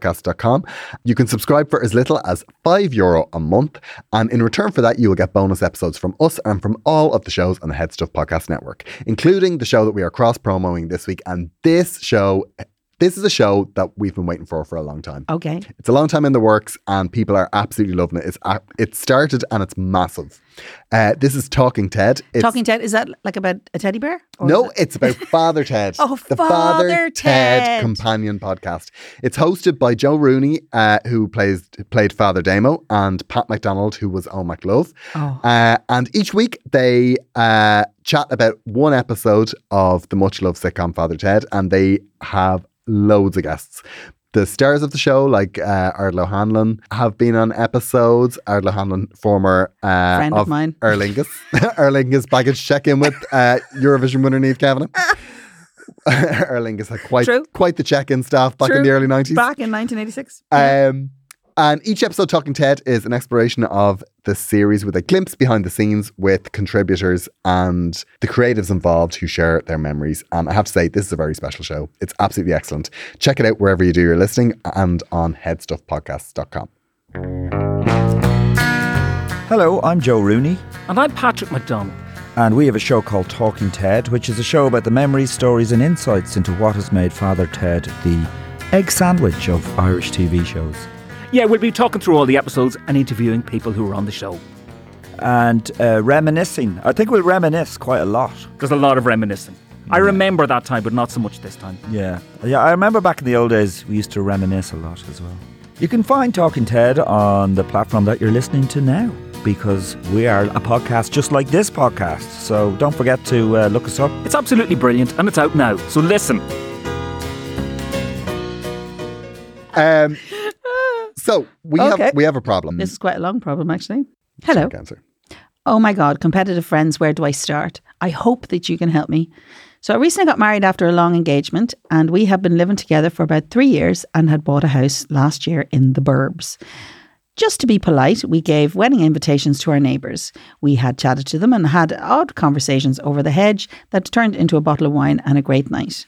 S4: headstuffpodcast.com. You can subscribe for as little as €5 Euro a month. And in return for that, you will get bonus episodes from us and from all of the shows on the Headstuff Podcast Network, including the show that we are cross promoting this week. And this show, this is a show that we've been waiting for for a long time.
S3: Okay.
S4: It's a long time in the works, and people are absolutely loving it. It's a- it started and it's massive. Uh, this is Talking Ted. It's,
S3: Talking Ted, is that like about a teddy bear? Or
S4: No,
S3: is it-
S4: it's about Father Ted.
S3: Oh,
S4: the
S3: Father
S4: Ted.
S3: Ted.
S4: Companion Podcast. It's hosted by Joe Rooney, uh, who plays played Father Damo, and Pat McDonald, who was O McLove.
S3: Oh.
S4: Uh, and each week they uh, chat about one episode of the much loved sitcom Father Ted, and they have loads of guests. The stars of the show, like uh, Ardlo Hanlon, have been on episodes. Ardlo Hanlon, former uh,
S3: Friend of mine.
S4: Erlingus, Erlingus baggage check in with uh, Eurovision winner Neve Kavanagh. Erlingus had quite
S3: True.
S4: quite the check in staff back in
S3: True.
S4: the early nineties.
S3: Back in 1986.
S4: Um, and each episode, Talking Ted, is an exploration of the series with a glimpse behind the scenes with contributors and the creatives involved who share their memories. And I have to say, this is a very special show. It's absolutely excellent. Check it out wherever you do your listening and on headstuffpodcasts.com.
S5: Hello, I'm Joe Rooney,
S6: And I'm Patrick McDonald.
S5: and we have a show called Talking Ted, which is a show about the memories, stories, and insights into what has made Father Ted the egg sandwich of Irish TV shows.
S6: Yeah, we'll be talking through all the episodes and interviewing people who were on the show.
S5: And uh, reminiscing. I think we'll reminisce quite a lot.
S6: There's a lot of reminiscing. I remember that time, but not so much this time.
S5: Yeah. Yeah, I remember back in the old days, we used to reminisce a lot as well. You can find Talking Ted on the platform that you're listening to now because we are a podcast just like this podcast. So don't forget to uh, look us up.
S6: It's absolutely brilliant and it's out now. So listen.
S4: Um, so we
S3: Okay.
S4: have we have a problem.
S3: This is quite a long problem, actually. Hello.
S4: Cancer.
S3: Oh my God, competitive friends, where do I start? I hope that you can help me. So, I recently got married after a long engagement, and we have been living together for about three years and had bought a house last year in the Burbs. Just to be polite, we gave wedding invitations to our neighbours. We had chatted to them and had odd conversations over the hedge that turned into a bottle of wine and a great night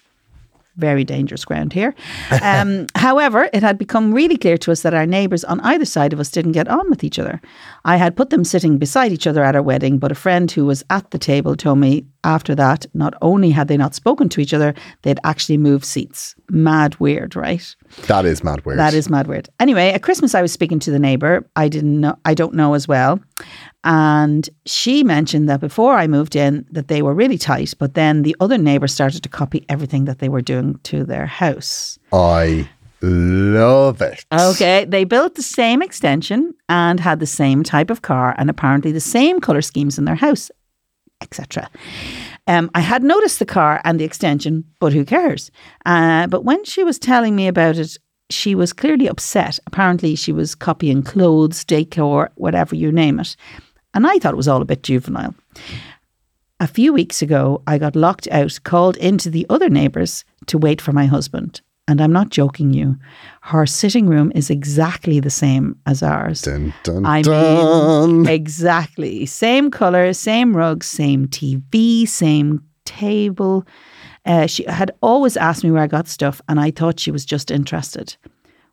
S3: very dangerous ground here. Um, however, it had become really clear to us that our neighbours on either side of us didn't get on with each other. I had put them sitting beside each other at our wedding, but a friend who was at the table told me after that, not only had they not spoken to each other, they'd actually moved seats. Mad weird, right?
S4: That is mad weird.
S3: That is mad weird. Anyway, at Christmas I was speaking to the neighbor. I didn't know I don't know as well. And she mentioned that before I moved in that they were really tight, but then the other neighbor started to copy everything that they were doing to their house.
S4: I love it.
S3: Okay, they built the same extension and had the same type of car and apparently the same color schemes in their house, etc. Um, I had noticed the car and the extension, but who cares? Uh, but when she was telling me about it, she was clearly upset. Apparently, she was copying clothes, decor, whatever you name it. And I thought it was all a bit juvenile. A few weeks ago, I got locked out, called into the other neighbours to wait for my husband. And I'm not joking you. Her sitting room is exactly the same as ours.
S4: Dun, dun,
S3: I
S4: dun.
S3: mean, exactly. Same color, same rug, same TV, same table. Uh, she had always asked me where I got stuff, and I thought she was just interested.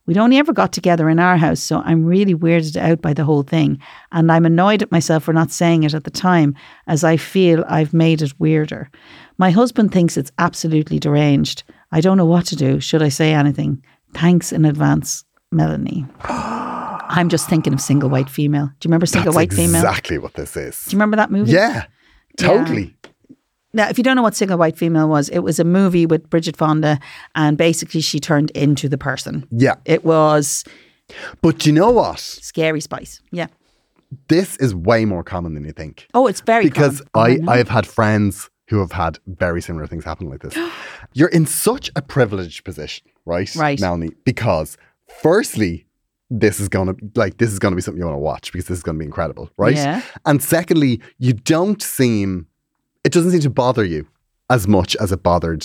S3: We'd only ever got together in our house, so I'm really weirded out by the whole thing. And I'm annoyed at myself for not saying it at the time, as I feel I've made it weirder. My husband thinks it's absolutely deranged. I don't know what to do. Should I say anything? Thanks in advance, Melanie. I'm just thinking of single white female. Do you remember single
S4: That's
S3: white female?
S4: exactly what this
S3: Do
S4: is.
S3: you remember that movie?
S4: Yeah, totally.
S3: Now, if you don't know what Single White Female was, it was a movie with Bridget Fonda, and basically she turned into the person.
S4: Yeah.
S3: It was
S4: But you know what?
S3: Scary Spice. Yeah.
S4: This is way more common than you think.
S3: Oh, it's very
S4: because
S3: common. Oh,
S4: I,
S3: know.
S4: I have had friends who have had very similar things happen like this. You're in such a privileged position, right?
S3: Right.
S4: Melanie, because firstly, this is gonna like this is gonna be something you want to watch because this is gonna be incredible, right?
S3: Yeah.
S4: And secondly, you don't seem it doesn't seem to bother you as much as it bothered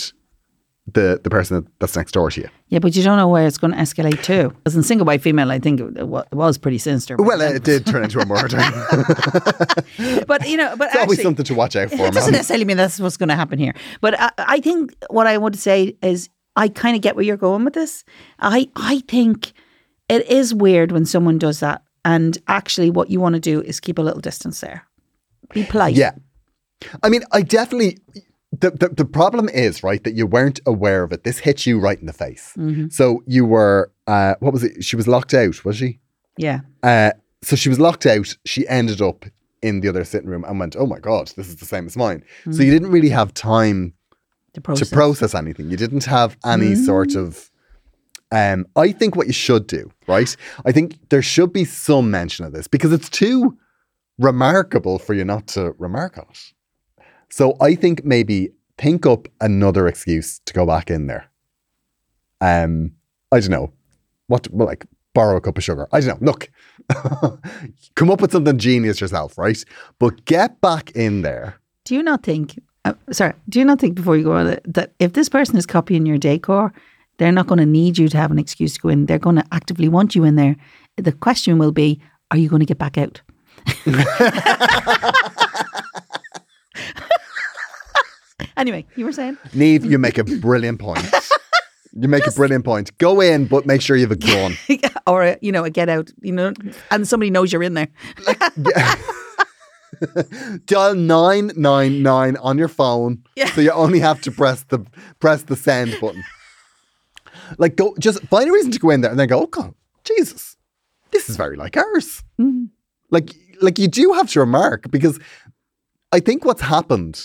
S4: the, the person that's next door to you.
S3: Yeah, but you don't know where it's going to escalate to. As in single white female, I think it, it wa- it was pretty sinister. but
S4: Well,
S3: then-
S4: it did turn into a murder. it's
S3: but you know, but
S4: always
S3: actually,
S4: something to watch out for.
S3: it
S4: man.
S3: doesn't necessarily mean that's what's going to happen here. But I, I think what I would say is I kind of get where you're going with this. I I think it is weird when someone does that, and actually, what you want to do is keep a little distance there. Be polite.
S4: Yeah. I mean, I definitely. The, the, the problem is, right, that you weren't aware of it. This hit you right in the face.
S3: Mm-hmm.
S4: So you were, uh, what was it? She was locked out, was she?
S3: yeah.
S4: Uh, so she was locked out. She ended up in the other sitting room and went, oh my God, this is the same as mine.
S3: Mm.
S4: So you didn't really have time
S3: The process.
S4: to process anything. You didn't have any sort of. Um, I think what you should do, right? I think there should be some mention of this because it's too remarkable for you not to remark on it. So I think maybe think up another excuse to go back in there. Um, I don't know. What well, like borrow a cup of sugar. I don't know. Look, come up with something genius yourself, right? But get back in there.
S3: do you not think? Uh, sorry, do you not think before you go on that, that if this person is copying your decor, they're not going to need you to have an excuse to go in. They're going to actively want you in there. The question will be, are you going to get back out? anyway, you were saying.
S4: Neve, you make a brilliant point. You make a brilliant point. Go in, but make sure you have a gun.
S3: or a, you know a get out you know and somebody knows you're in there
S4: Dial nine nine nine on your phone, so you only have to press the press the send button. Like, go just find a reason to go in there, and then go. Oh God, Jesus, this is very like ours. Like, like you do have to remark because I think what's happened.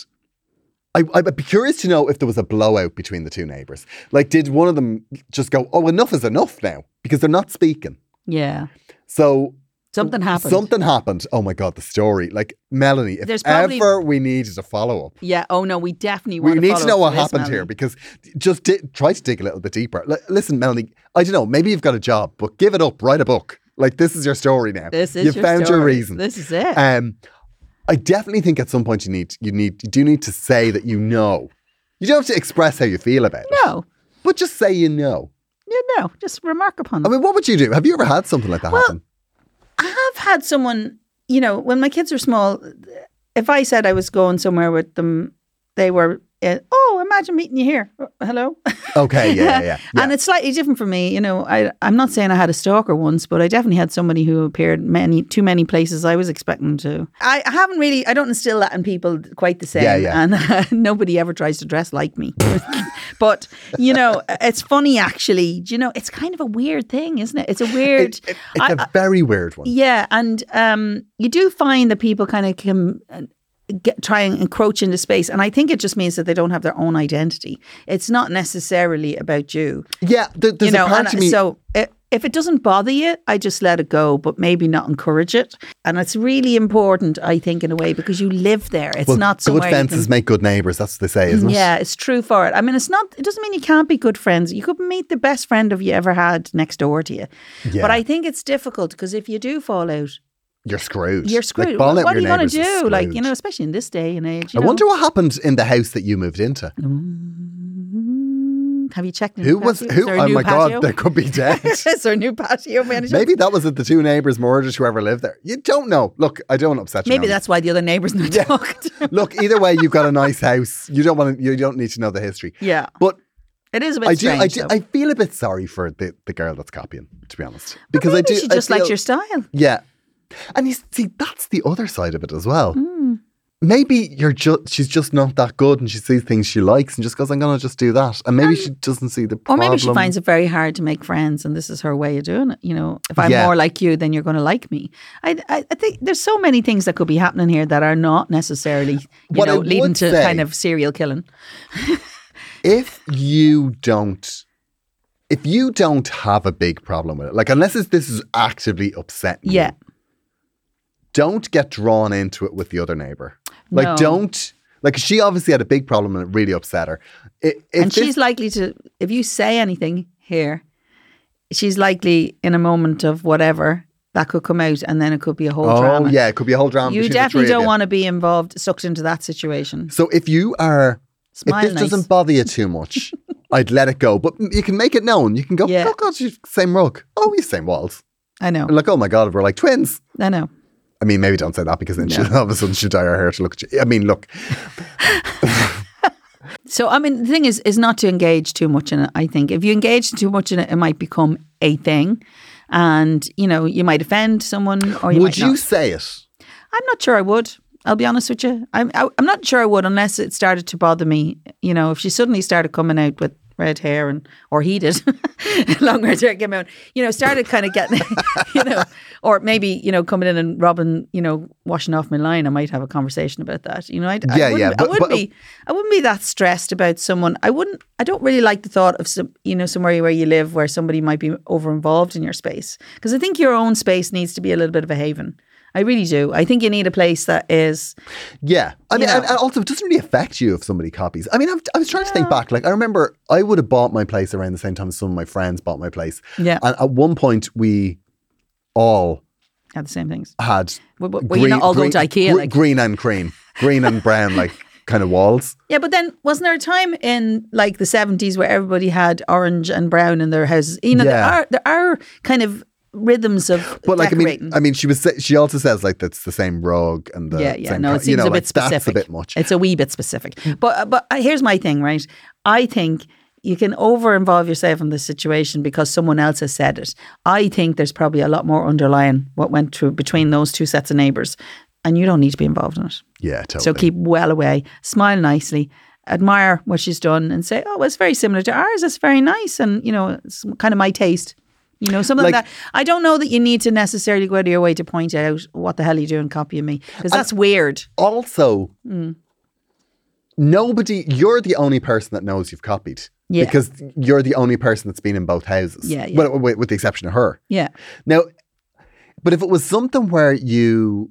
S4: I, I'd be curious to know if there was a blowout between the two neighbors. Like, did one of them just go, "Oh, enough is enough now," because they're not speaking.
S3: yeah
S4: So
S3: something happened
S4: Something happened. Oh my god, the story. Like Melanie, if
S3: There's probably-
S4: ever we needed a follow up,
S3: yeah oh no we definitely
S4: we
S3: want
S4: need
S3: follow
S4: to
S3: up
S4: know what
S3: this,
S4: happened
S3: Melanie.
S4: here because just di- try to dig a little bit deeper. L- listen, Melanie, I don't know. Maybe you've got a job, but give it up. Write a book. Like this is your story now.
S3: This is
S4: you
S3: your
S4: found your
S3: story.
S4: reason.
S3: This is it.
S4: Um, I definitely think at some point you need you need you do need to say that you know. You don't have to express how you feel about it,
S3: no
S4: but just say you know.
S3: yeah, no just remark
S4: I
S3: upon that
S4: mean, what would you do? Have you ever had something like that happen?
S3: I have had someone, you know, when my kids were small, if I said I was going somewhere with them, they were, uh, oh, imagine meeting you here. Uh, Hello.
S4: Okay, yeah, yeah, yeah. yeah.
S3: and it's slightly different for me. You know, I, I'm not saying I had a stalker once, but I definitely had somebody who appeared many too many places I was expecting to. I, I haven't really, I don't instill that in people quite the same.
S4: Yeah, yeah.
S3: And nobody ever tries to dress like me. but, you know, it's funny actually. Do You know, it's kind of a weird thing, isn't it? It's a weird.
S4: It- it-
S3: I-
S4: it's a very weird one.
S3: Yeah, and um, you do find that people kind of can uh, get, try and encroach into space, and I think it just means that they don't have their own identity. It's not necessarily about you,
S4: Yeah, there, there's
S3: you know.
S4: a part
S3: and
S4: to me.
S3: So i if it doesn't bother you, I just let it go, but maybe not encourage it. And it's really important, I think, in a way, because you live there. It's
S4: well,
S3: not
S4: good
S3: somewhere you
S4: fences
S3: can-
S4: make good neighbours. That's what they say, isn't it?
S3: yeah, it's true for it. I mean, it's not. It doesn't mean you can't be good friends. You could meet the best friend of you ever had next door to you.
S4: Yeah.
S3: But I think it's difficult because if you do fall out,
S4: You're screwed.
S3: you're screwed.
S4: Like,
S3: What-
S4: falling out
S3: what are
S4: with
S3: you
S4: your
S3: going
S4: neighbours
S3: to
S4: is
S3: do? Like, you
S4: screwed.
S3: know, especially in this day and age.
S4: I
S3: You know?
S4: wonder what happened in the house that you moved into.
S3: Mm, Have you checked? in
S4: Who
S3: the
S4: was
S3: patio? Is
S4: who?
S3: there a
S4: Oh
S3: new
S4: my god,
S3: patio?
S4: they could be dead.
S3: Is there a new patio manager?
S4: Maybe that was at the two neighbours murders whoever lived there. You don't know. Look, I don't upset you.
S3: Maybe
S4: Naomi.
S3: that's why the other neighbours not
S4: Yeah.
S3: talking. to him.
S4: Look, either way, you've got a nice house. You don't want to, you don't need to know the history.
S3: Yeah,
S4: But
S3: it is a bit
S4: I do,
S3: strange.
S4: I do,
S3: though.
S4: I feel a bit sorry for the, the girl that's copying, to be honest, because
S3: Maybe
S4: I do.
S3: she
S4: I
S3: just likes
S4: feel-
S3: your style.
S4: Yeah. And you see, that's the other side of it as well.
S3: Mm.
S4: Maybe you're just she's just not that good and she sees things she likes and just goes, I'm gonna just do that. And maybe she doesn't see the
S3: Or
S4: problem.
S3: maybe she finds it very hard to make friends, and this is her way of doing it. You know, if I'm
S4: Yeah.
S3: more like you, then you're going to like me. I, I, I think there's so many things that could be happening here that are not necessarily, you
S4: What I
S3: know, leading
S4: would
S3: to
S4: say-
S3: kind of serial killing.
S4: if you don't if you don't have a big problem with it, like unless it's, this is actively upsetting
S3: Yeah.
S4: you, don't get drawn into it with the other neighbor. Like
S3: No.
S4: don't like she obviously had a big problem and it really upset her. I- if
S3: and
S4: this-
S3: she's likely to if you say anything here she's likely in a moment of whatever that could come out and then it could be a whole
S4: oh
S3: drama
S4: yeah, it could be a whole drama.
S3: you
S4: between the
S3: definitely
S4: three of
S3: don't
S4: you.
S3: want to be involved sucked into that situation
S4: So if you are,
S3: Smile
S4: if this
S3: nice.
S4: doesn't bother you too much, I'd let it go. But you can make it known. You can go,
S3: Yeah.
S4: oh God, she's same rug. Oh, he's same walls.
S3: I know.
S4: And like, oh my God, we're like twins.
S3: I know.
S4: I mean, maybe don't say that because then she'll all of a sudden she'll dye her hair to look at you. I mean, look,
S3: So I mean, the thing is, is not to engage too much in it. I think if you engage too much in it, it might become a thing, and you know, you might offend someone, or you
S4: would
S3: might
S4: you
S3: not.
S4: say it?
S3: I'm not sure I would. I'll be honest with you. I'm I, I'm not sure I would unless it started to bother me. You know, if she suddenly started coming out with red hair and or he did long red hair came out. You know, started kind of getting you know, or maybe you know coming in and robbing you know washing off my line. I might have a conversation about that. You know, I'd, I
S4: Yeah, yeah,
S3: wouldn't,
S4: but-
S3: I wouldn't
S4: but-
S3: be I wouldn't be that stressed about someone. I wouldn't. I don't really like the thought of some, you know somewhere where you live where somebody might be over involved in your space because I think your own space needs to be a little bit of a haven. I really do. I think you need a place that is.
S4: Yeah. I mean,
S3: Yeah.
S4: and, and also, it doesn't really affect you if somebody copies. I mean, I've, I was trying to think back. Like, I remember I would have bought my place around the same time as some of my friends bought my place.
S3: Yeah.
S4: And at one point, we all
S3: Had the same things.
S4: had
S3: Well, well, well, you're not all going to IKEA,
S4: gre-
S3: like-
S4: green and cream, green and brown, like kind of walls.
S3: Yeah, but then wasn't there a time in like the seventies where everybody had orange and brown in their houses? You know,
S4: Yeah.
S3: there are there are kind of rhythms of
S4: But like,
S3: decorating.
S4: I mean, I mean, she was sa- she also says like that's the same rug and the
S3: yeah, yeah.
S4: same
S3: No,
S4: co-
S3: it seems
S4: you know,
S3: a bit
S4: like,
S3: specific.
S4: That's a bit much.
S3: It's a wee bit specific. But uh, but uh, here's my thing, right? I think you can over involve yourself in this situation because someone else has said it. I think there's probably a lot more underlying what went through between those two sets of neighbours, and you don't need to be involved in it.
S4: yeah, totally.
S3: So keep well away. Smile nicely. Admire what she's done and say, oh, well, it's very similar to ours. It's very nice. And, you know, it's kind of my taste. You know, something like,
S4: Like-
S3: that. I don't know that you need to necessarily go out of your way to point out what the hell you're doing copying me because that's weird.
S4: also
S3: Mm.
S4: nobody you're the only person that knows you've copied
S3: Yeah.
S4: because you're the only person that's been in both houses
S3: Yeah, yeah.
S4: Well, wi- with, the exception of her
S3: Yeah.
S4: now but if it was something where you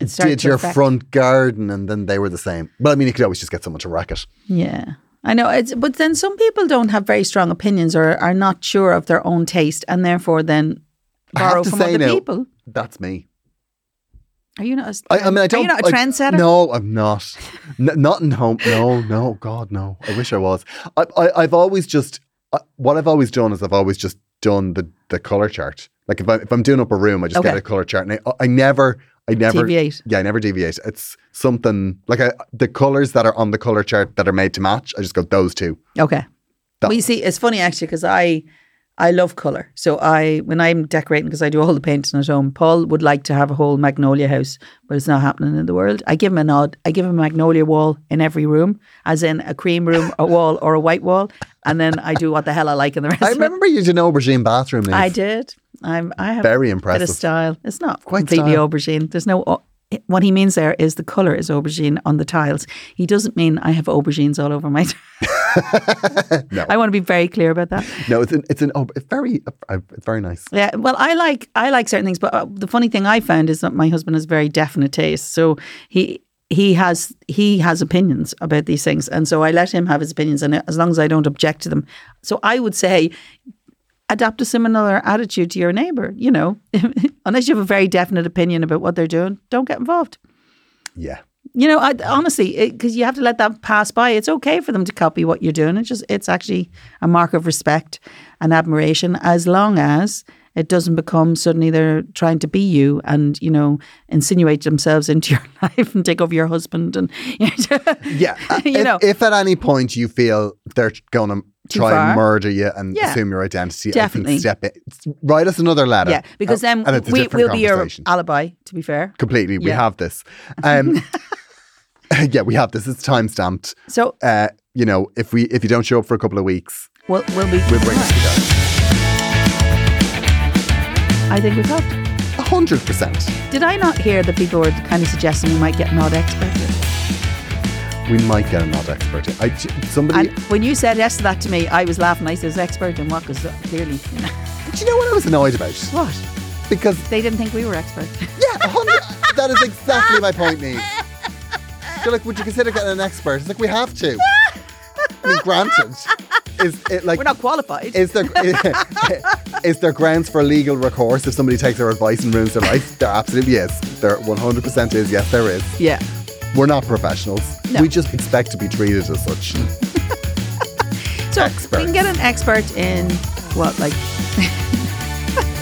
S3: It started
S4: did
S3: to
S4: your
S3: affect-
S4: front garden and then they were the same well i mean you could always just get someone to rack it
S3: Yeah. I know it's but then some people don't have very strong opinions or are not sure of their own taste and therefore then
S4: I have
S3: borrow
S4: to
S3: from
S4: say
S3: other
S4: now,
S3: people.
S4: that's me
S3: Are you not a,
S4: I, I mean, I don't.
S3: Are you not a
S4: I-
S3: trendsetter?
S4: No, I'm not. N- not in home. No, no, God, no. I wish I was. I, I, I've always just I, what I've always done is I've always just done the the color chart. Like if I'm if I'm doing up a room, I just get
S3: Okay.
S4: a color chart, and I, I never, I never
S3: Deviate.
S4: Yeah, I never deviate. It's something like I, the colors that are on the color chart that are made to match. I just go those two.
S3: Okay.
S4: That-
S3: Well, you see, it's funny actually because I, I love color. So I, when I'm decorating, because I do all the painting at home, Paul would like to have a whole magnolia house, but it's not happening in the world. I give him a nod. I give him a magnolia wall in every room, as in a cream room, a wall, or a white wall, and then I do what the hell I like in the rest.
S4: I
S3: of it.
S4: remember you did an aubergine bathroom. Niamh.
S3: I did. I'm. I have
S4: Very
S3: A bit
S4: impressive.
S3: of style. It's not
S4: Quite
S3: completely
S4: style.
S3: aubergine. There's no. au- What he means there is the color is aubergine on the tiles. He doesn't mean I have aubergines all over my.
S4: No.
S3: I want to be very clear about that.
S4: No, it's an, it's an oh, it's very uh, it's very nice.
S3: Yeah, well, I like I like certain things, but uh, the funny thing I found is that my husband has very definite tastes. So he he has he has opinions about these things, and so I let him have his opinions, and uh, as long as I don't object to them, so I would say adopt a similar attitude to your neighbor. You know, unless you have a very definite opinion about what they're doing, don't get involved.
S4: Yeah.
S3: You know, I, honestly, because you have to let that pass by. It's okay for them to copy what you're doing. It's just it's actually a mark of respect and admiration, as long as it doesn't become suddenly they're trying to be you and you know insinuate themselves into your life and take over your husband and
S4: Yeah. uh,
S3: You
S4: if,
S3: know.
S4: if at any point you feel they're going to try
S3: far.
S4: and murder you and
S3: Yeah.
S4: assume your identity, I
S3: Definitely.
S4: think step in. Write us another letter.
S3: yeah, because
S4: Uh,
S3: then
S4: and it's a
S3: we,
S4: different
S3: we'll be your
S4: conversation.
S3: alibi. To be fair,
S4: Completely. We
S3: Yeah.
S4: have this. Um, yeah, we have this. It's time stamped.
S3: so
S4: Uh, you know, if we if you don't show up for a couple of weeks,
S3: we'll we'll be.
S4: we'll bring it to
S3: I think we've helped.
S4: you hundred percent.
S3: Did I not hear that people were kind of suggesting we might get not expert?
S4: We might get an odd expert. I, somebody.
S3: And when you said yes to that to me, I was laughing. I said, expert in what? Because clearly, you know,
S4: do you know what I was annoyed about?
S3: what?
S4: Because
S3: They didn't think we were experts.
S4: Yeah, a hundred- that is exactly my point, Neve. They're like, would you consider getting an expert? It's like, we have to. I mean, granted, is it like,
S3: We're not qualified.
S4: is there is there grounds for legal recourse if somebody takes our advice and ruins their life? There absolutely is. There 100% is. Yes, there is.
S3: yeah.
S4: We're not professionals.
S3: No.
S4: We just expect to be treated as such.
S3: So we can get an expert in what, like,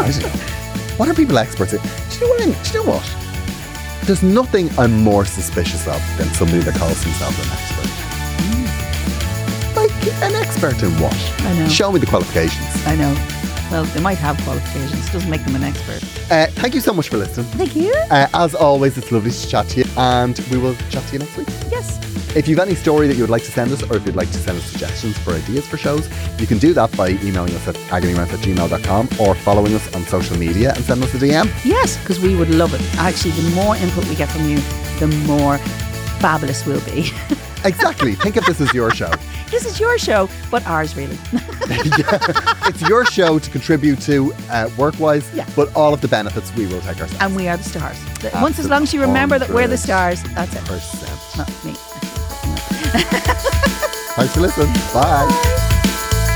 S4: I don't know. What are people experts in? Do you know what? I'm, do you know what? There's nothing I'm more suspicious of than somebody that calls themselves an expert. Like an expert in what?
S3: Hmm. I know.
S4: Show me the qualifications.
S3: I know. Well, they might have qualifications. Doesn't make them an expert.
S4: Uh, thank you so much for listening.
S3: Thank you.
S4: Uh, as always, it's lovely to chat to you, and we will chat to you next week.
S3: Yes.
S4: If you've any story that you would like to send us, or if you'd like to send us suggestions for ideas for shows, you can do that by emailing us at agonyrant at gmail.com or following us on social media and send us a DM.
S3: Yes, because we would love it. Actually, the more input we get from you, the more fabulous we'll be.
S4: Exactly. Think if this is your show.
S3: this is your show, but ours really.
S4: It's your show to contribute to uh, work wise,
S3: Yeah.
S4: but all of the benefits we will take ourselves.
S3: and we are the stars. Once as long as you remember that we're the stars, that's it.
S4: Percent.
S3: Not me.
S4: Thanks for listening. Bye.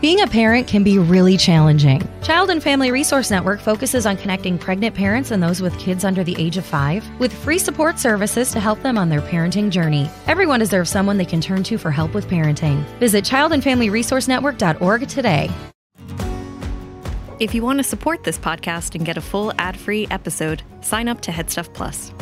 S7: Being a parent can be really challenging. Child and Family Resource Network focuses on connecting pregnant parents and those with kids under the age of five with free support services to help them on their parenting journey. Everyone deserves someone they can turn to for help with parenting. Visit childandfamilyresourcenetwork.org today.
S1: If you want to support this podcast and get a full ad-free episode, sign up to Headstuff Plus.